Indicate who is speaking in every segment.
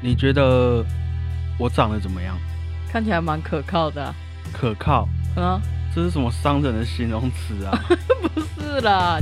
Speaker 1: 你觉得我长得怎么样？
Speaker 2: 看起来蛮可靠的啊、
Speaker 1: 可靠？
Speaker 2: 嗯啊，
Speaker 1: 这是什么伤人的形容词啊？
Speaker 2: 不是啦，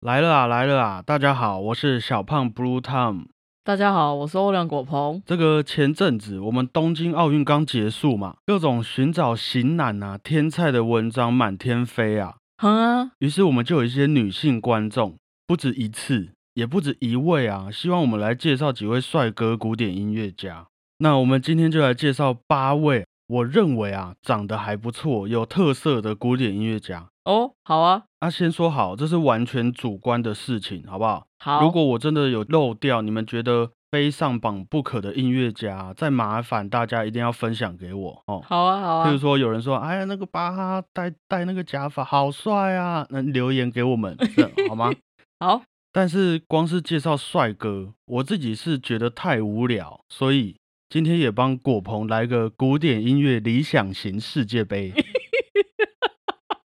Speaker 1: 来了啊，来了啊！大家好，我是小胖 Blue Tom。
Speaker 2: 大家好，我是欧良果鹏。
Speaker 1: 这个前阵子我们东京奥运刚结束嘛，各种寻找型男啊、天菜的文章满天飞啊。
Speaker 2: 哼啊，
Speaker 1: 于是我们就有一些女性观众，不止一次，也不止一位啊，希望我们来介绍几位帅哥古典音乐家。那我们今天就来介绍八位，我认为啊，长得还不错、有特色的古典音乐家。
Speaker 2: 哦，好啊，
Speaker 1: 啊，先说好，这是完全主观的事情，好不好？
Speaker 2: 好。
Speaker 1: 如果我真的有漏掉，你们觉得非上榜不可的音乐家，再麻烦大家一定要分享给我哦。
Speaker 2: 好啊，好
Speaker 1: 譬如
Speaker 2: 啊，
Speaker 1: 说，有人说：“哎呀，那个巴哈戴戴那个假发好帅啊！”那留言给我们，这样好吗？
Speaker 2: 好，
Speaker 1: 但是光是介绍帅哥，我自己是觉得太无聊，所以今天也帮果鹏来个古典音乐理想型世界杯。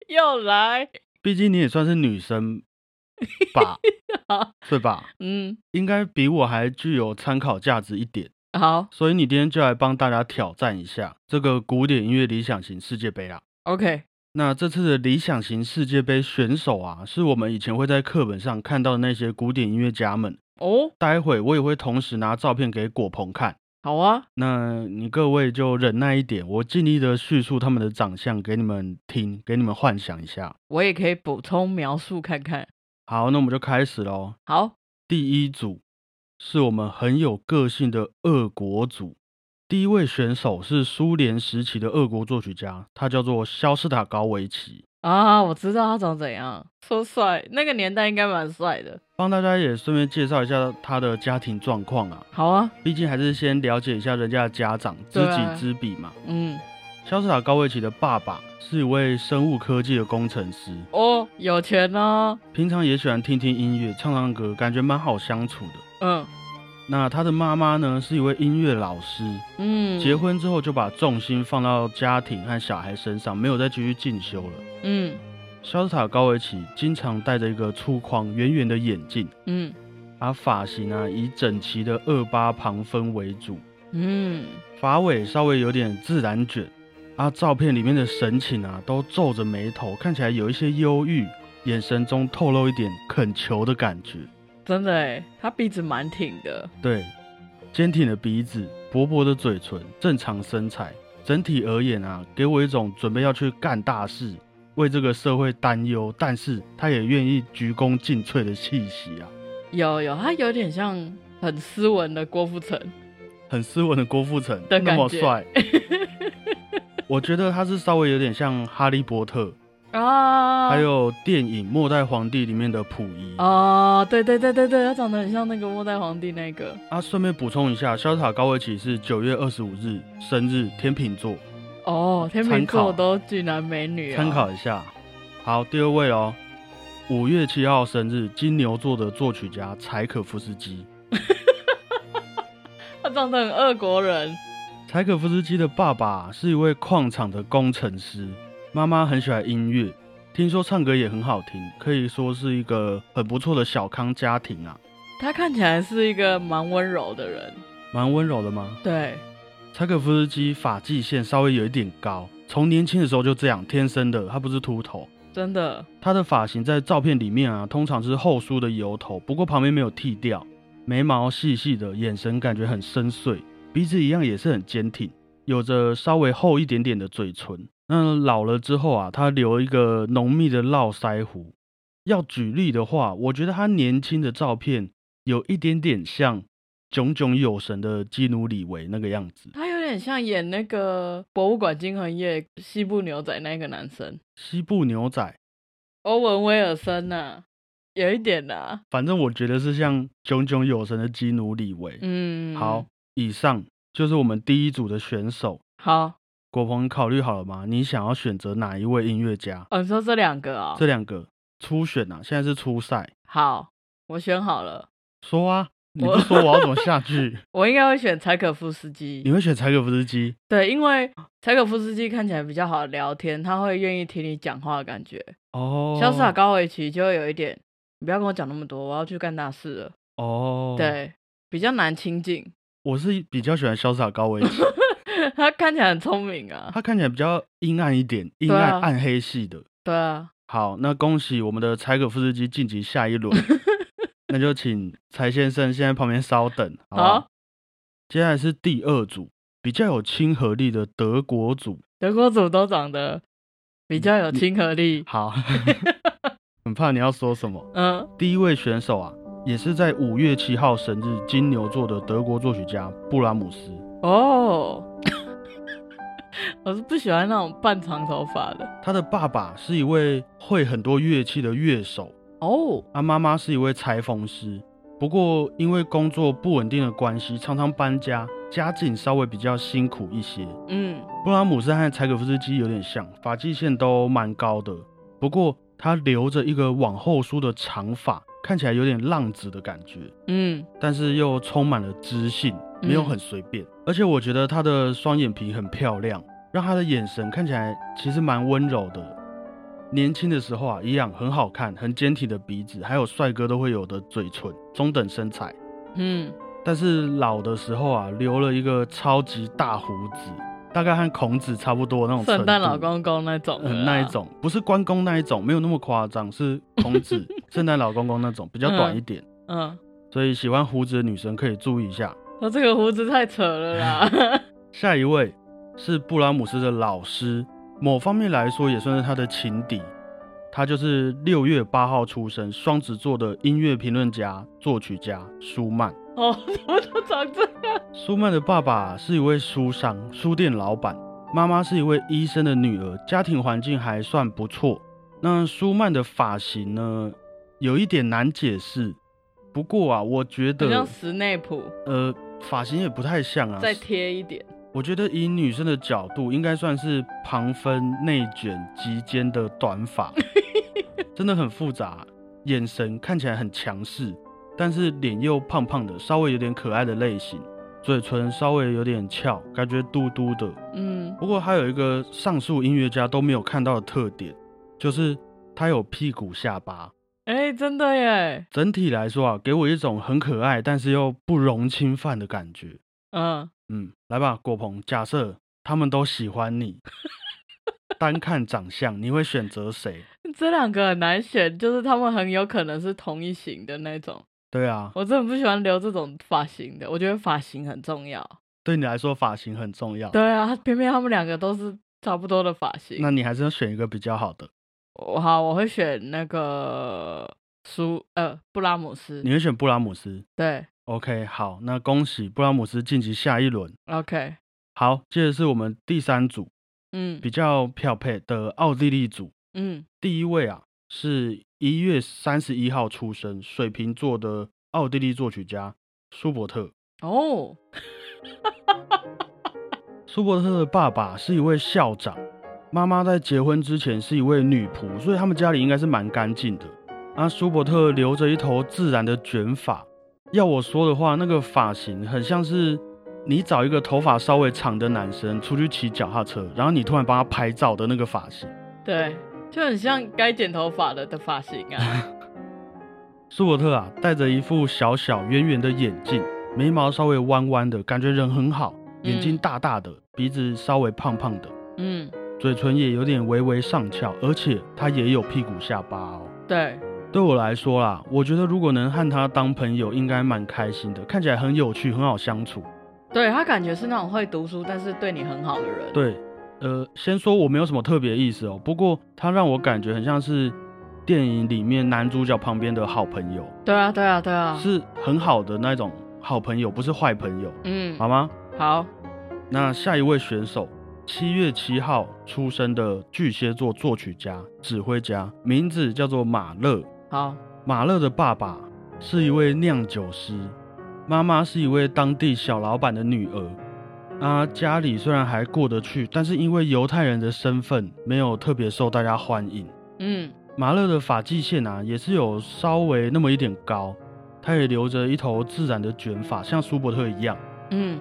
Speaker 2: 又来。
Speaker 1: 毕竟你也算是女生吧
Speaker 2: 好，
Speaker 1: 对吧？
Speaker 2: 嗯，
Speaker 1: 应该比我还具有参考价值一点，
Speaker 2: 好
Speaker 1: 所以你今天就来帮大家挑战一下这个古典音乐理想型世界杯啦。
Speaker 2: ，OK，
Speaker 1: 那这次的理想型世界杯选手啊，是我们以前会在课本上看到的那些古典音乐家们。
Speaker 2: 哦，
Speaker 1: 待会我也会同时拿照片给果鹏看，
Speaker 2: 好啊，
Speaker 1: 那你各位就忍耐一点，我尽力的叙述他们的长相给你们听，给你们幻想一下。
Speaker 2: 我也可以补充描述看看。
Speaker 1: 好，那我们就开始喽。
Speaker 2: 好，
Speaker 1: 第一组是我们很有个性的俄国组。第一位选手是苏联时期的俄国作曲家，他叫做肖斯塔高维奇。
Speaker 2: 啊，我知道他长怎样，说帅，那个年代应该蛮帅的。
Speaker 1: 帮大家也顺便介绍一下他的家庭状况啊，
Speaker 2: 好啊，
Speaker 1: 毕竟还是先了解一下人家的家长，知
Speaker 2: 对啊
Speaker 1: 己知彼嘛。
Speaker 2: 嗯，
Speaker 1: 肖斯塔高维奇的爸爸是一位生物科技的工程师，
Speaker 2: 哦，有钱哦，
Speaker 1: 平常也喜欢听听音乐、唱唱歌，感觉蛮好相处的。
Speaker 2: 嗯
Speaker 1: 那他的妈妈呢，是一位音乐老师，
Speaker 2: 嗯，
Speaker 1: 结，婚之后就把重心放到家庭和小孩身上，没有再继续进修了。
Speaker 2: 嗯
Speaker 1: 肖斯塔高维奇经常戴着一个粗框、圆圆的眼镜，
Speaker 2: 嗯
Speaker 1: 把发型啊以整齐的二八旁分为主，
Speaker 2: 嗯，
Speaker 1: 发尾稍微有点自然卷。啊，照片里面的神情啊，都皱着眉头，看起来有一些忧郁，眼神中透露一点恳求的感觉。
Speaker 2: 真的诶，他鼻子蛮挺的，
Speaker 1: 对，坚挺的鼻子，薄薄的嘴唇，正常身材，整体而言啊，给我一种准备要去干大事，为这个社会担忧，但是他也愿意鞠躬尽瘁的气息啊，
Speaker 2: 有有，他有点像很斯文的郭富城，
Speaker 1: 很斯文的郭富城，
Speaker 2: 的
Speaker 1: 那么
Speaker 2: 感觉
Speaker 1: 帅，我觉得他是稍微有点像哈利波特，
Speaker 2: 啊，
Speaker 1: 还有电影《末代皇帝》里面的溥仪。
Speaker 2: 哦，对对对对对，他长得很像那个末代皇帝那个
Speaker 1: 啊，顺便补充一下，肖斯塔高维奇是九月二十五日生日，天秤座。
Speaker 2: 哦，天
Speaker 1: 参
Speaker 2: 秤
Speaker 1: 考
Speaker 2: 座都俊男美女、啊，
Speaker 1: 参考一下。好，第二位哦，五月七号生日，金牛座的作曲家柴可夫斯基。
Speaker 2: 他长得很俄国人，
Speaker 1: 柴可夫斯基的爸爸是一位矿场的工程师，妈妈很喜欢音乐，听说唱歌也很好听，可以说是一个很不错的小康家庭啊，
Speaker 2: 他看起来是一个蛮温柔的人，
Speaker 1: 蛮温柔的吗？
Speaker 2: 对，
Speaker 1: 柴可夫斯基发际线稍微有一点高，从年轻的时候就这样，天生的，他不是秃头。
Speaker 2: 真的，
Speaker 1: 他的发型在照片里面啊，通常是后梳的油头，不过旁边没有剃掉，眉毛细细的，眼神感觉很深邃，鼻子一样也是很坚挺，有着稍微厚一点点的嘴唇。那老了之后啊，他留一个浓密的络腮胡。要举例的话，我觉得他年轻的照片有一点点像炯炯有神的基努里维那个样子。
Speaker 2: 他有点像演那个《博物馆惊魂夜》西部牛仔那个男生，
Speaker 1: 西部牛仔，
Speaker 2: 欧文威尔森呐、啊，有一点呐、啊，
Speaker 1: 反正我觉得是像炯炯有神的基努里维。
Speaker 2: 嗯，
Speaker 1: 好，，以上就是我们第一组的选手。
Speaker 2: 好，
Speaker 1: 果鹏，你考虑好了吗？你想要选择哪一位音乐家？
Speaker 2: 哦，你说这两个啊、
Speaker 1: 这两个初选啊，现在是初赛，
Speaker 2: 好，我选好了，
Speaker 1: 说啊，你不说我要怎 么下去？
Speaker 2: 我应该会选柴可夫斯基
Speaker 1: 你。会选柴可夫斯基？
Speaker 2: 对，因为柴可夫斯基看起来比较好聊天，他会愿意听你讲话的感觉。
Speaker 1: 哦，
Speaker 2: 潇洒高维奇就会有一点，你不要跟我讲那么多，我要去干大事了。
Speaker 1: 哦，，
Speaker 2: 对，比较难亲近。
Speaker 1: 我是比较喜欢潇洒高维奇，
Speaker 2: 他看起来很聪明啊。
Speaker 1: 他看起来比较阴暗一点，阴
Speaker 2: 对
Speaker 1: 暗、
Speaker 2: 啊
Speaker 1: 暗黑系的。
Speaker 2: 对啊，
Speaker 1: 好，那恭喜我们的柴可夫斯基晋级下一轮，那就请柴先生先在旁边稍等，好不好
Speaker 2: 好
Speaker 1: 接下来是第二组，比较有亲和力的德国组。
Speaker 2: 德国组都长得比较有亲和力。
Speaker 1: 好，很怕你要说什么。
Speaker 2: 嗯，
Speaker 1: 第一位选手啊，也是在五月七号生日，金牛座的德国作曲家布拉姆斯。
Speaker 2: 哦， 我是不喜欢那种半长头发的。
Speaker 1: 他的爸爸是一位会很多乐器的乐手，
Speaker 2: 哦，
Speaker 1: 他啊妈妈是一位裁缝师。不过因为工作不稳定的关系，常常搬家，家境稍微比较辛苦一些。
Speaker 2: 嗯，
Speaker 1: 布拉姆斯和柴可夫斯基有点像，发际线都蛮高的，不过他留着一个往后梳的长发，看起来有点浪子的感觉，
Speaker 2: 嗯，
Speaker 1: 但是又充满了知性，没有很随便。而且我觉得他的双眼皮很漂亮，让他的眼神看起来其实蛮温柔的。年轻的时候啊，一样很好看，很坚挺的鼻子，还有帅哥都会有的嘴唇，中等身材。
Speaker 2: 嗯，
Speaker 1: 但是老的时候啊，留了一个超级大胡子，大概和孔子差不多那种程
Speaker 2: 圣
Speaker 1: 度。
Speaker 2: 诞老公公那种的啊、
Speaker 1: 嗯，那一种不是关公那一种，没有那么夸张，是孔 子、圣诞老公公那种，比较短一点。
Speaker 2: 嗯，
Speaker 1: 所以喜欢胡子的女生可以注意一下。
Speaker 2: 我哦这个胡子太扯了啦。
Speaker 1: 下一位是布拉姆斯的老师，某方面来说也算是他的情敌。他就是六月八号出生，双子座的音乐评论家、作曲家舒曼。
Speaker 2: 哦， 怎么都长这样？
Speaker 1: 舒曼的爸爸是一位书商、书店老板，妈妈是一位医生的女儿，家庭环境还算不错。那舒曼的发型呢，有一点难解释。不过啊，我觉
Speaker 2: 很像
Speaker 1: 得，
Speaker 2: 史内普，
Speaker 1: 呃，发型也不太像啊。
Speaker 2: 再贴一点。
Speaker 1: 我觉得以女生的角度，应该算是旁分、内卷、及肩的短发，真的很复杂。眼神看起来很强势，但是脸又胖胖的，稍微有点可爱的类型，嘴唇稍微有点翘，感觉嘟嘟的。
Speaker 2: 嗯，
Speaker 1: 不过他有一个上述音乐家都没有看到的特点，就是他有屁股下巴。
Speaker 2: 哎、真的耶。
Speaker 1: 整体来说啊，给我一种很可爱，但是又不容侵犯的感觉。
Speaker 2: 嗯，
Speaker 1: 嗯，来吧，果鹏，假设他们都喜欢你，单看长相，你会选择谁？
Speaker 2: 这两个很难选，就是他们很有可能是同一型的那种。
Speaker 1: 对啊，
Speaker 2: 我真的不喜欢留这种发型的，我觉得发型很重要。
Speaker 1: 对你来说发型很重要。
Speaker 2: 对啊，偏偏他们两个都是差不多的发型。
Speaker 1: 那你还是要选一个比较好的。
Speaker 2: 我好，我会选那个苏呃布拉姆斯
Speaker 1: 你。会选布拉姆斯
Speaker 2: 对
Speaker 1: ？OK，好，那恭喜布拉姆斯晋级下一轮。
Speaker 2: ，OK，
Speaker 1: 好，接着是我们第三组
Speaker 2: 嗯
Speaker 1: 比较漂配的奥地利组。
Speaker 2: 嗯
Speaker 1: 第一位啊，是一月三十一号出生，水瓶座的奥地利作曲家舒伯特。
Speaker 2: 哦
Speaker 1: 舒伯特的爸爸是一位校长，妈妈在结婚之前是一位女仆，所以他们家里应该是蛮干净的。啊，舒伯特留着一头自然的卷发，要我说的话，那个发型很像是你找一个头发稍微长的男生出去骑脚踏车，然后你突然帮他拍照的那个发型。
Speaker 2: 对，就很像该剪头发了的发型 啊。
Speaker 1: 舒伯特啊，戴着一副小小圆圆的眼镜，眉毛稍微弯弯的，感觉人很好，眼睛
Speaker 2: 嗯
Speaker 1: 大大的，鼻子稍微胖胖的。
Speaker 2: 嗯，
Speaker 1: 嘴唇也有点微微上翘，而且他也有屁股下巴哦。
Speaker 2: 对，
Speaker 1: 对我来说啦，我觉得如果能和他当朋友，应该蛮开心的，看起来很有趣，很好相处。
Speaker 2: 对他感觉是那种会读书，但是对你很好的人。
Speaker 1: 对，呃，先说我没有什么特别意思哦，不过他让我感觉很像是电影里面男主角旁边的好朋友，
Speaker 2: 对啊，对啊，对啊。
Speaker 1: 是很好的那种好朋友，不是坏朋友，
Speaker 2: 嗯，
Speaker 1: 好吗？
Speaker 2: 好，
Speaker 1: 那下一位选手，七月七号出生的巨蟹座作曲家、指挥家，名字叫做马勒。
Speaker 2: 好，
Speaker 1: 马勒的爸爸是一位酿酒师，妈妈是一位当地小老板的女儿。啊，家里虽然还过得去，但是因为犹太人的身份，没有特别受大家欢迎。
Speaker 2: 嗯
Speaker 1: 马勒的发际线啊，也是有稍微那么一点高，他也留着一头自然的卷发，像舒伯特一样。
Speaker 2: 嗯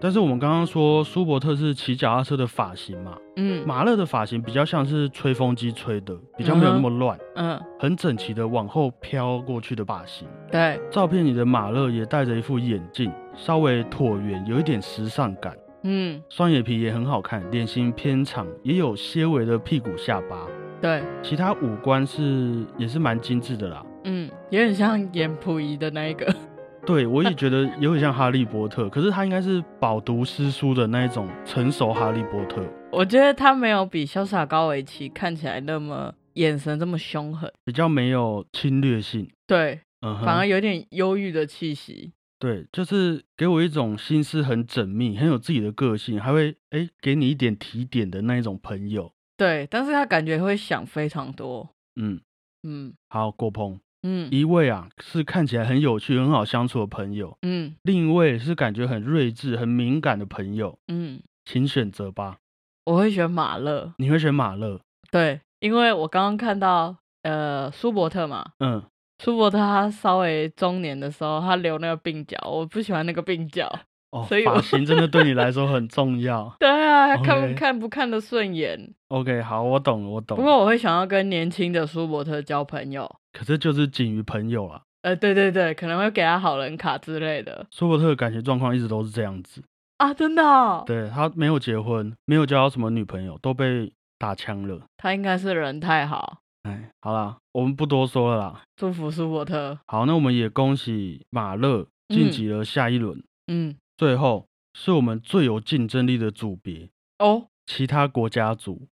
Speaker 1: 但是我们刚刚说舒伯特是骑脚踏车的发型嘛，
Speaker 2: 嗯
Speaker 1: 马勒的发型比较像是吹风机吹的，比较没有那么乱，
Speaker 2: 嗯，
Speaker 1: 很整齐的往后飘过去的发型。
Speaker 2: 对，
Speaker 1: 照片里的马勒也戴着一副眼镜，稍微椭圆，有一点时尚感，
Speaker 2: 嗯
Speaker 1: 双眼皮也很好看，脸型偏长，也有些微的屁股下巴。
Speaker 2: 对，
Speaker 1: 其他五官是也是蛮精致的啦。
Speaker 2: 嗯，有点像演溥仪的那一个，
Speaker 1: 对我也觉得有点像哈利波特，可是他应该是饱读诗书的那一种成熟哈利波特，
Speaker 2: 我觉得他没有比潇洒高维奇看起来那么眼神这么凶狠，
Speaker 1: 比较没有侵略性。
Speaker 2: 对，
Speaker 1: 嗯哼，
Speaker 2: 反而有点忧郁的气息。
Speaker 1: 对，就是给我一种心思很缜密、很有自己的个性，还会哎给你一点提点的那一种朋友。
Speaker 2: 对，但是他感觉会想非常多。
Speaker 1: 嗯，
Speaker 2: 嗯
Speaker 1: 好，郭鹏，
Speaker 2: 嗯
Speaker 1: 一位啊是看起来很有趣、很好相处的朋友，
Speaker 2: 嗯
Speaker 1: 另一位是感觉很睿智、很敏感的朋友，
Speaker 2: 嗯，
Speaker 1: 请选择吧。
Speaker 2: 我会选马勒。
Speaker 1: 你会选马勒？
Speaker 2: 对，因为我刚刚看到呃舒伯特嘛，
Speaker 1: 嗯，
Speaker 2: 舒伯特他稍微中年的时候，他留那个鬓角，我不喜欢那个鬓角。
Speaker 1: 哦
Speaker 2: 所以，我
Speaker 1: 发型真的对你来说 很重要。
Speaker 2: 对啊，看
Speaker 1: OK
Speaker 2: 不看不看得顺眼。
Speaker 1: OK，好，我懂了，我懂
Speaker 2: 不
Speaker 1: 了。
Speaker 2: 过我会想要跟年轻的舒伯特交朋友。
Speaker 1: 可是就是仅于朋友啦。
Speaker 2: 呃，对对对，可能会给他好人卡之类的
Speaker 1: 舒伯特的感情状况一直都是这样子，
Speaker 2: 啊，真的哦、
Speaker 1: 对他没有结婚，没有交到什么女朋友，都被打枪了。
Speaker 2: 他应该是人太好，
Speaker 1: 哎，好啦，我们不多说了啦。
Speaker 2: 祝福舒伯特。
Speaker 1: 好，那我们也恭喜马勒晋级了下一轮。
Speaker 2: 嗯，
Speaker 1: 最后是我们最有竞争力的组别
Speaker 2: 哦，
Speaker 1: ——其他国家组。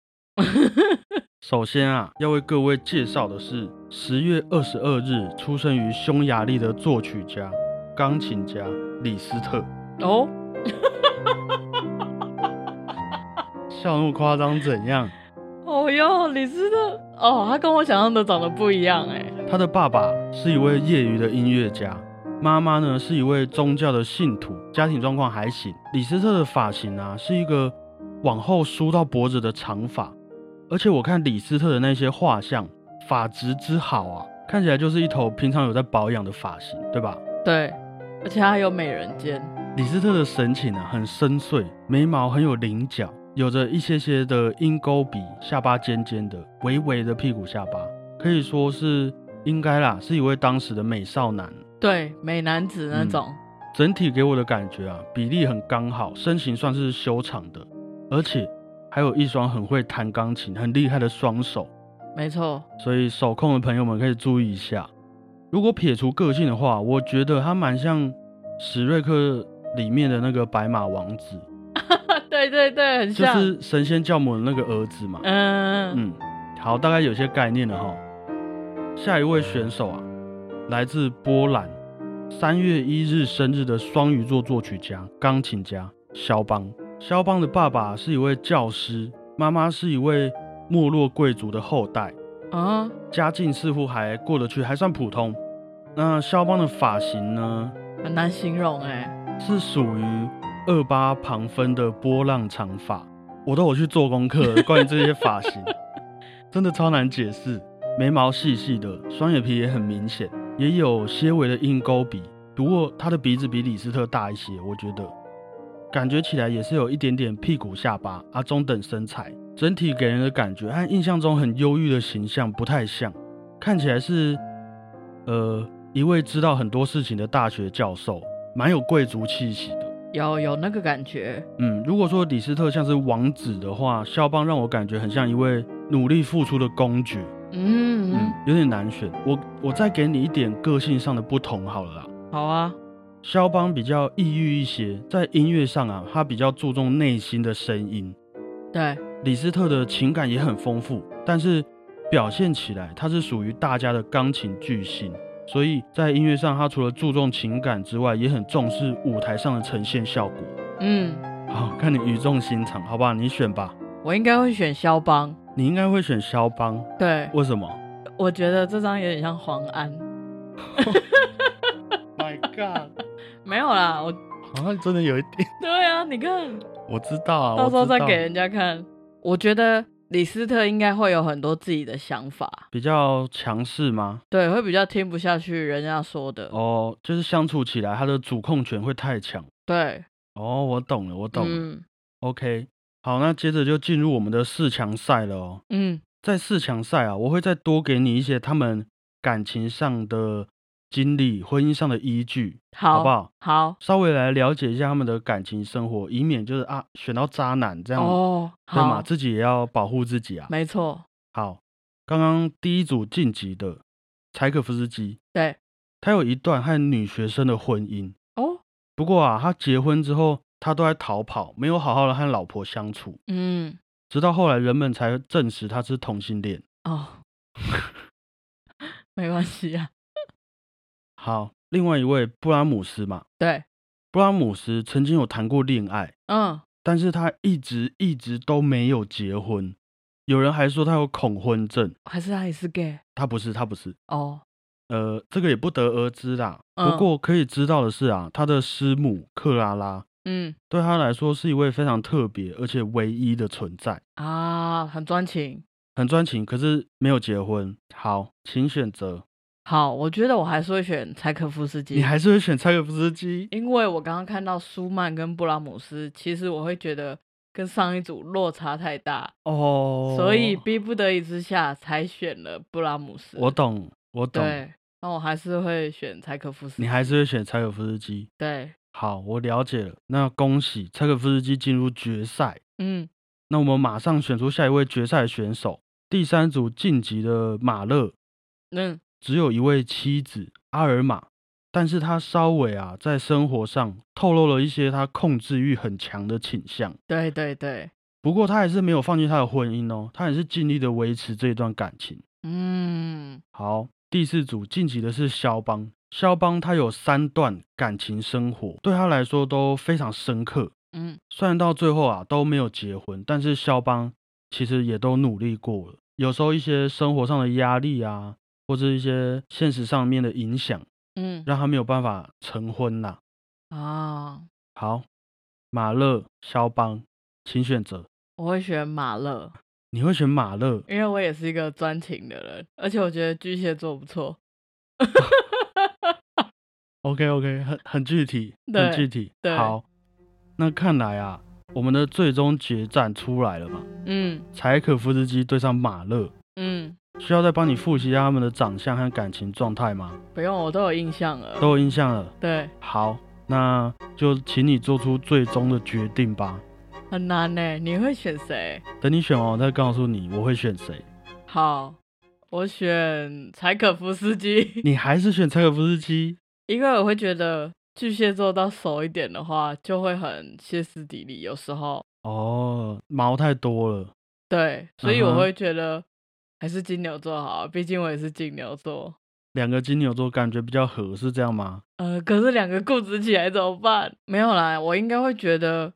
Speaker 1: 首先啊，要为各位介绍的是十月二十二日出生于匈牙利的作曲家、钢琴家李斯特。
Speaker 2: 哦，
Speaker 1: 笑那么夸张怎样？
Speaker 2: 哦哟，李斯特，哦，他跟我想象的长得不一样哎、
Speaker 1: 他的爸爸是一位业余的音乐家，妈妈呢是一位宗教的信徒，家庭状况还行。李斯特的发型啊是一个往后梳到脖子的长发，而且我看李斯特的那些画像，发质之好啊，看起来就是一头平常有在保养的发型，对吧？
Speaker 2: 对，而且他有美人尖。
Speaker 1: 李斯特的神情啊很深邃，眉毛很有棱角，有着一些些的鹰钩鼻，下巴尖尖的，微微的屁股下巴，可以说是应该啦，是一位当时的美少男。
Speaker 2: 对，美男子那种。
Speaker 1: 整体给我的感觉啊，比例很刚好，身形算是修长的，而且还有一双很会弹钢琴、很厉害的双手，
Speaker 2: 没错，
Speaker 1: 所以手控的朋友们可以注意一下。如果撇除个性的话，我觉得他蛮像史瑞克里面的那个白马王子，
Speaker 2: 对对对，很
Speaker 1: 就
Speaker 2: 像。
Speaker 1: 是神仙教母的那个儿子嘛。
Speaker 2: 嗯，
Speaker 1: 嗯，好，大概有些概念了哈。下一位选手啊，来自波兰，三月一日生日的双鱼座作曲家、钢琴家肖邦。肖邦的爸爸是一位教师，妈妈是一位没落贵族的后代，
Speaker 2: 啊，
Speaker 1: 家境似乎还过得去，还算普通。那肖邦的发型呢，
Speaker 2: 很难形容哎、
Speaker 1: 是属于二八旁分的波浪长发。我都有去做功课，关于这些发型，真的超难解释。眉毛细细的，双眼皮也很明显，也有些微的鹰钩鼻。不过他的鼻子比李斯特大一些，我觉得感觉起来也是有一点点屁股下巴啊，中等身材，整体给人的感觉和印象中很忧郁的形象不太像，看起来是呃一位知道很多事情的大学教授，蛮有贵族气息的。
Speaker 2: 有有那个感觉。
Speaker 1: 嗯，如果说李斯特像是王子的话，肖邦让我感觉很像一位努力付出的公爵。
Speaker 2: 嗯，
Speaker 1: 嗯，有点难选。我我再给你一点个性上的不同好了啦。
Speaker 2: 好啊，
Speaker 1: 肖邦比较抑郁一些，在音乐上啊，他比较注重内心的声音。
Speaker 2: 对，
Speaker 1: 李斯特的情感也很丰富，但是表现起来他是属于大家的钢琴巨星，所以在音乐上他除了注重情感之外，也很重视舞台上的呈现效果。
Speaker 2: 嗯，
Speaker 1: 好，看你语重心长，好吧，你选吧。
Speaker 2: 我应该会选肖邦。
Speaker 1: 你应该会选肖邦，
Speaker 2: 对，
Speaker 1: 为什么
Speaker 2: 我觉得这张有点像黄安。
Speaker 1: ？My God，
Speaker 2: 没有啦，我
Speaker 1: 好像真的有一点，
Speaker 2: 对啊，你看，
Speaker 1: 我知道啊，
Speaker 2: 到时候
Speaker 1: 我知
Speaker 2: 再
Speaker 1: 道
Speaker 2: 给人家看。我觉得李斯特应该会有很多自己的想法，
Speaker 1: 比较强势吗？
Speaker 2: 对，会比较听不下去人家说的。
Speaker 1: 哦，就是相处起来他的主控权会太强。
Speaker 2: 对，
Speaker 1: 哦，我懂了，我懂了。
Speaker 2: 嗯
Speaker 1: OK，好，那接着就进入我们的四强赛了哦。
Speaker 2: 嗯，
Speaker 1: 在四强赛啊，我会再多给你一些他们感情上的经历、婚姻上的依据，
Speaker 2: 好，
Speaker 1: 好不？好？
Speaker 2: 好，
Speaker 1: 稍微来了解一下他们的感情生活，以免就是啊选到渣男这样，
Speaker 2: 哦，
Speaker 1: 对嘛？
Speaker 2: 好，
Speaker 1: 自己也要保护自己啊。
Speaker 2: 没错，
Speaker 1: 好，刚刚第一组晋级的柴可夫斯基，
Speaker 2: 对，
Speaker 1: 他有一段和女学生的婚姻，
Speaker 2: 哦，
Speaker 1: 不过啊，他结婚之后他都在逃跑，没有好好的和老婆相处，
Speaker 2: 嗯，
Speaker 1: 直到后来人们才证实他是同性恋。
Speaker 2: 哦， 没关系啊，
Speaker 1: 好，另外一位布拉姆斯嘛，
Speaker 2: 对，
Speaker 1: 布拉姆斯曾经有谈过恋爱，
Speaker 2: 嗯，
Speaker 1: 但是他一直一直都没有结婚。有人还说他有恐婚症，
Speaker 2: 还是他也是 gay
Speaker 1: 他不是，他不是。
Speaker 2: 哦，
Speaker 1: 呃，这个也不得而知啦。
Speaker 2: 嗯
Speaker 1: 不过可以知道的是啊，他的师母克拉拉
Speaker 2: 嗯
Speaker 1: 对他来说是一位非常特别而且唯一的存在，
Speaker 2: 啊，很专情。
Speaker 1: 很专情，可是没有结婚。好，请选择，
Speaker 2: 好，我觉得我还是会选柴可夫斯基。
Speaker 1: 你还是会选柴可夫斯基？
Speaker 2: 因为我刚刚看到舒曼跟布拉姆斯，其实我会觉得跟上一组落差太大，
Speaker 1: 哦，
Speaker 2: 所以逼不得已之下才选了布拉姆斯。
Speaker 1: 我懂，我懂，
Speaker 2: 对，那我还是会选柴可夫斯基。
Speaker 1: 你还是会选柴可夫斯基。
Speaker 2: 对，
Speaker 1: 好，我了解了。那恭喜柴可夫斯基进入决赛。
Speaker 2: 嗯，
Speaker 1: 那我们马上选出下一位决赛选手。第三组晋级的马勒
Speaker 2: 嗯，
Speaker 1: 只有一位妻子阿尔玛，但是他稍微啊在生活上透露了一些他控制欲很强的倾向。
Speaker 2: 对对对，
Speaker 1: 不过他还是没有放弃他的婚姻哦，他也是尽力的维持这段感情。
Speaker 2: 嗯，
Speaker 1: 好，第四组晋级的是肖邦。肖邦他有三段感情生活，对他来说都非常深刻。
Speaker 2: 嗯，
Speaker 1: 虽然到最后啊都没有结婚，但是肖邦其实也都努力过了。有时候一些生活上的压力啊，或者一些现实上面的影响，
Speaker 2: 嗯，
Speaker 1: 让他没有办法成婚啦。
Speaker 2: 啊，
Speaker 1: 好，马勒、肖邦，请选择。
Speaker 2: 我会选马勒，
Speaker 1: 你会选马勒？
Speaker 2: 因为我也是一个专情的人，而且我觉得巨蟹座不错。
Speaker 1: OK OK，很很具体，
Speaker 2: 对
Speaker 1: 很具体。
Speaker 2: 对
Speaker 1: 好，那看来啊，我们的最终决战出来了嘛？
Speaker 2: 嗯
Speaker 1: 柴可夫斯基对上马勒，
Speaker 2: 嗯，
Speaker 1: 需要再帮你复习一下他们的长相和感情状态吗？
Speaker 2: 不用，我都有印象了。
Speaker 1: 都有印象了。
Speaker 2: 对，
Speaker 1: 好，那就请你做出最终的决定吧。
Speaker 2: 很难呢。你会选谁？
Speaker 1: 等你选完，我再告诉你我会选谁。
Speaker 2: 好，我选柴可夫斯基，
Speaker 1: 你还是选柴可夫斯基？
Speaker 2: 因为我会觉得巨蟹座到熟一点的话，就会很歇斯底里，有时候
Speaker 1: 哦，毛太多了。
Speaker 2: 对，所以我
Speaker 1: 嗯哼
Speaker 2: 会觉得还是金牛座好，啊毕竟我也是金牛座。
Speaker 1: 两个金牛座感觉比较合，是这样吗？
Speaker 2: 呃，可是两个固执起来怎么办？没有啦，我应该会觉得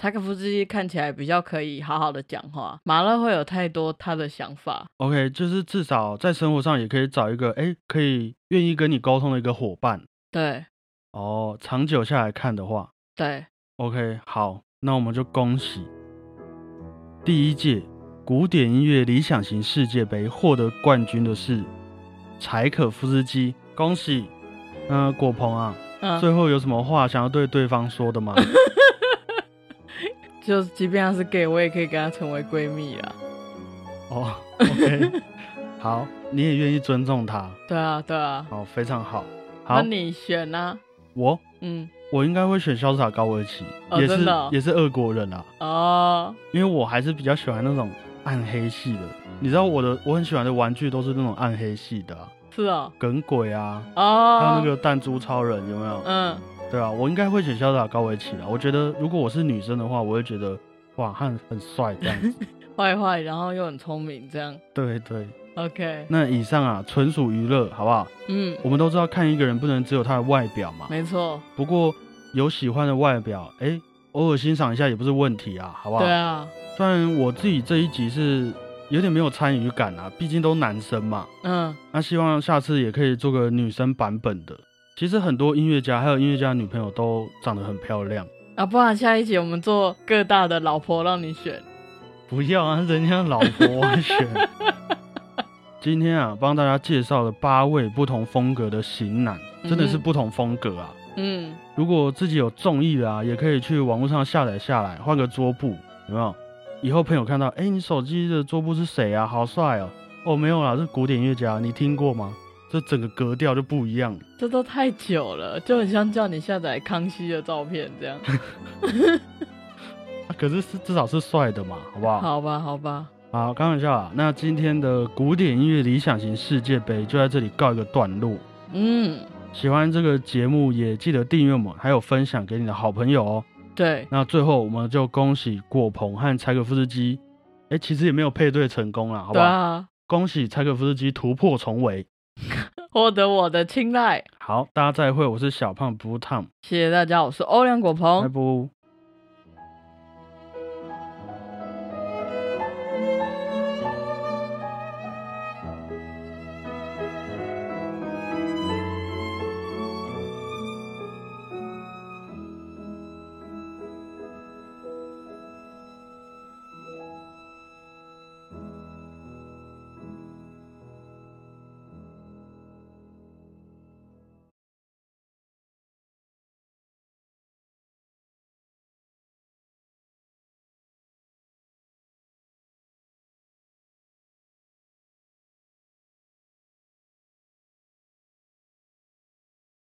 Speaker 2: 柴可夫斯基看起来比较可以好好的讲话，马勒会有太多他的想法。
Speaker 1: OK，就是至少在生活上也可以找一个哎，诶可以愿意跟你沟通的一个伙伴
Speaker 2: 对
Speaker 1: 哦。长久下来看的话
Speaker 2: 对，
Speaker 1: ，OK，好，那我们就恭喜第一届古典音乐理想型世界杯获得冠军的是柴可夫斯基，恭喜！那果鹏啊，
Speaker 2: 嗯、
Speaker 1: 最后有什么话想要对对方说的吗？
Speaker 2: 就即便他是 gay，我也可以跟他成为闺蜜啦。
Speaker 1: 哦，OK，好，你也愿意尊重他，
Speaker 2: 对啊，对啊。
Speaker 1: 好，非常好。
Speaker 2: 那
Speaker 1: 好，
Speaker 2: 你选啊？
Speaker 1: 我
Speaker 2: 嗯，
Speaker 1: 我应该会选潇洒高维奇，
Speaker 2: 哦
Speaker 1: 也
Speaker 2: 真
Speaker 1: 是、
Speaker 2: 的哦
Speaker 1: 也是俄国人啊，
Speaker 2: 哦，
Speaker 1: 因为我还是比较喜欢那种暗黑系的。你知道我的我很喜欢的玩具都是那种暗黑系的啊、
Speaker 2: 是哦，
Speaker 1: 耿鬼啊，
Speaker 2: 哦，
Speaker 1: 还有那个弹珠超人有没有？
Speaker 2: 嗯，
Speaker 1: 对啊，我应该会选潇洒高维奇的。我觉得如果我是女生的话，我会觉得哇，很很帅这样 子。
Speaker 2: 坏坏，然后又很聪明，这样
Speaker 1: 对对，
Speaker 2: ，OK，
Speaker 1: 那以上啊纯属娱乐，好不好？
Speaker 2: 嗯，
Speaker 1: 我们都知道看一个人不能只有他的外表嘛，
Speaker 2: 没错，
Speaker 1: 不过有喜欢的外表，哎，偶尔欣赏一下也不是问题啊，好不好？
Speaker 2: 对啊，
Speaker 1: 虽然我自己这一集是有点没有参与感啊，毕竟都男生嘛。
Speaker 2: 嗯
Speaker 1: 那希望下次也可以做个女生版本的。其实很多音乐家还有音乐家的女朋友都长得很漂亮。
Speaker 2: 啊，不然下一集我们做各大的老婆让你选，
Speaker 1: 不要啊，人家老婆 选。今天啊，帮大家介绍了八位不同风格的型男，真的是
Speaker 2: 嗯哼
Speaker 1: 不同风格啊。
Speaker 2: 嗯，
Speaker 1: 如果自己有中意的啊，也可以去网络上下载下来，换个桌布，有没有？以后朋友看到，哎、你手机的桌布是谁啊？好帅哦！哦，没有啦，这古典乐家，你听过吗？这整个格调就不一样了。
Speaker 2: 这都太久了，就很像叫你下载康熙的照片这样。
Speaker 1: 啊可是是至少是帅的嘛，好不好？
Speaker 2: 好吧，好吧，
Speaker 1: 好，开玩笑啊。那今天的古典音乐理想型世界杯就在这里告一个段落。
Speaker 2: 嗯，
Speaker 1: 喜欢这个节目也记得订阅我们，还有分享给你的好朋友哦。
Speaker 2: 对，
Speaker 1: 那最后我们就恭喜果鹏和柴可夫斯基，哎，其实也没有配对成功啦，好不
Speaker 2: 对
Speaker 1: 好？
Speaker 2: 啊，
Speaker 1: 恭喜柴可夫斯基突破重围。
Speaker 2: 获得我的青睐，
Speaker 1: 好，大家再会，我是小胖不 Tom，
Speaker 2: 谢谢大家，我是欧阳果鹏
Speaker 1: 拜。不。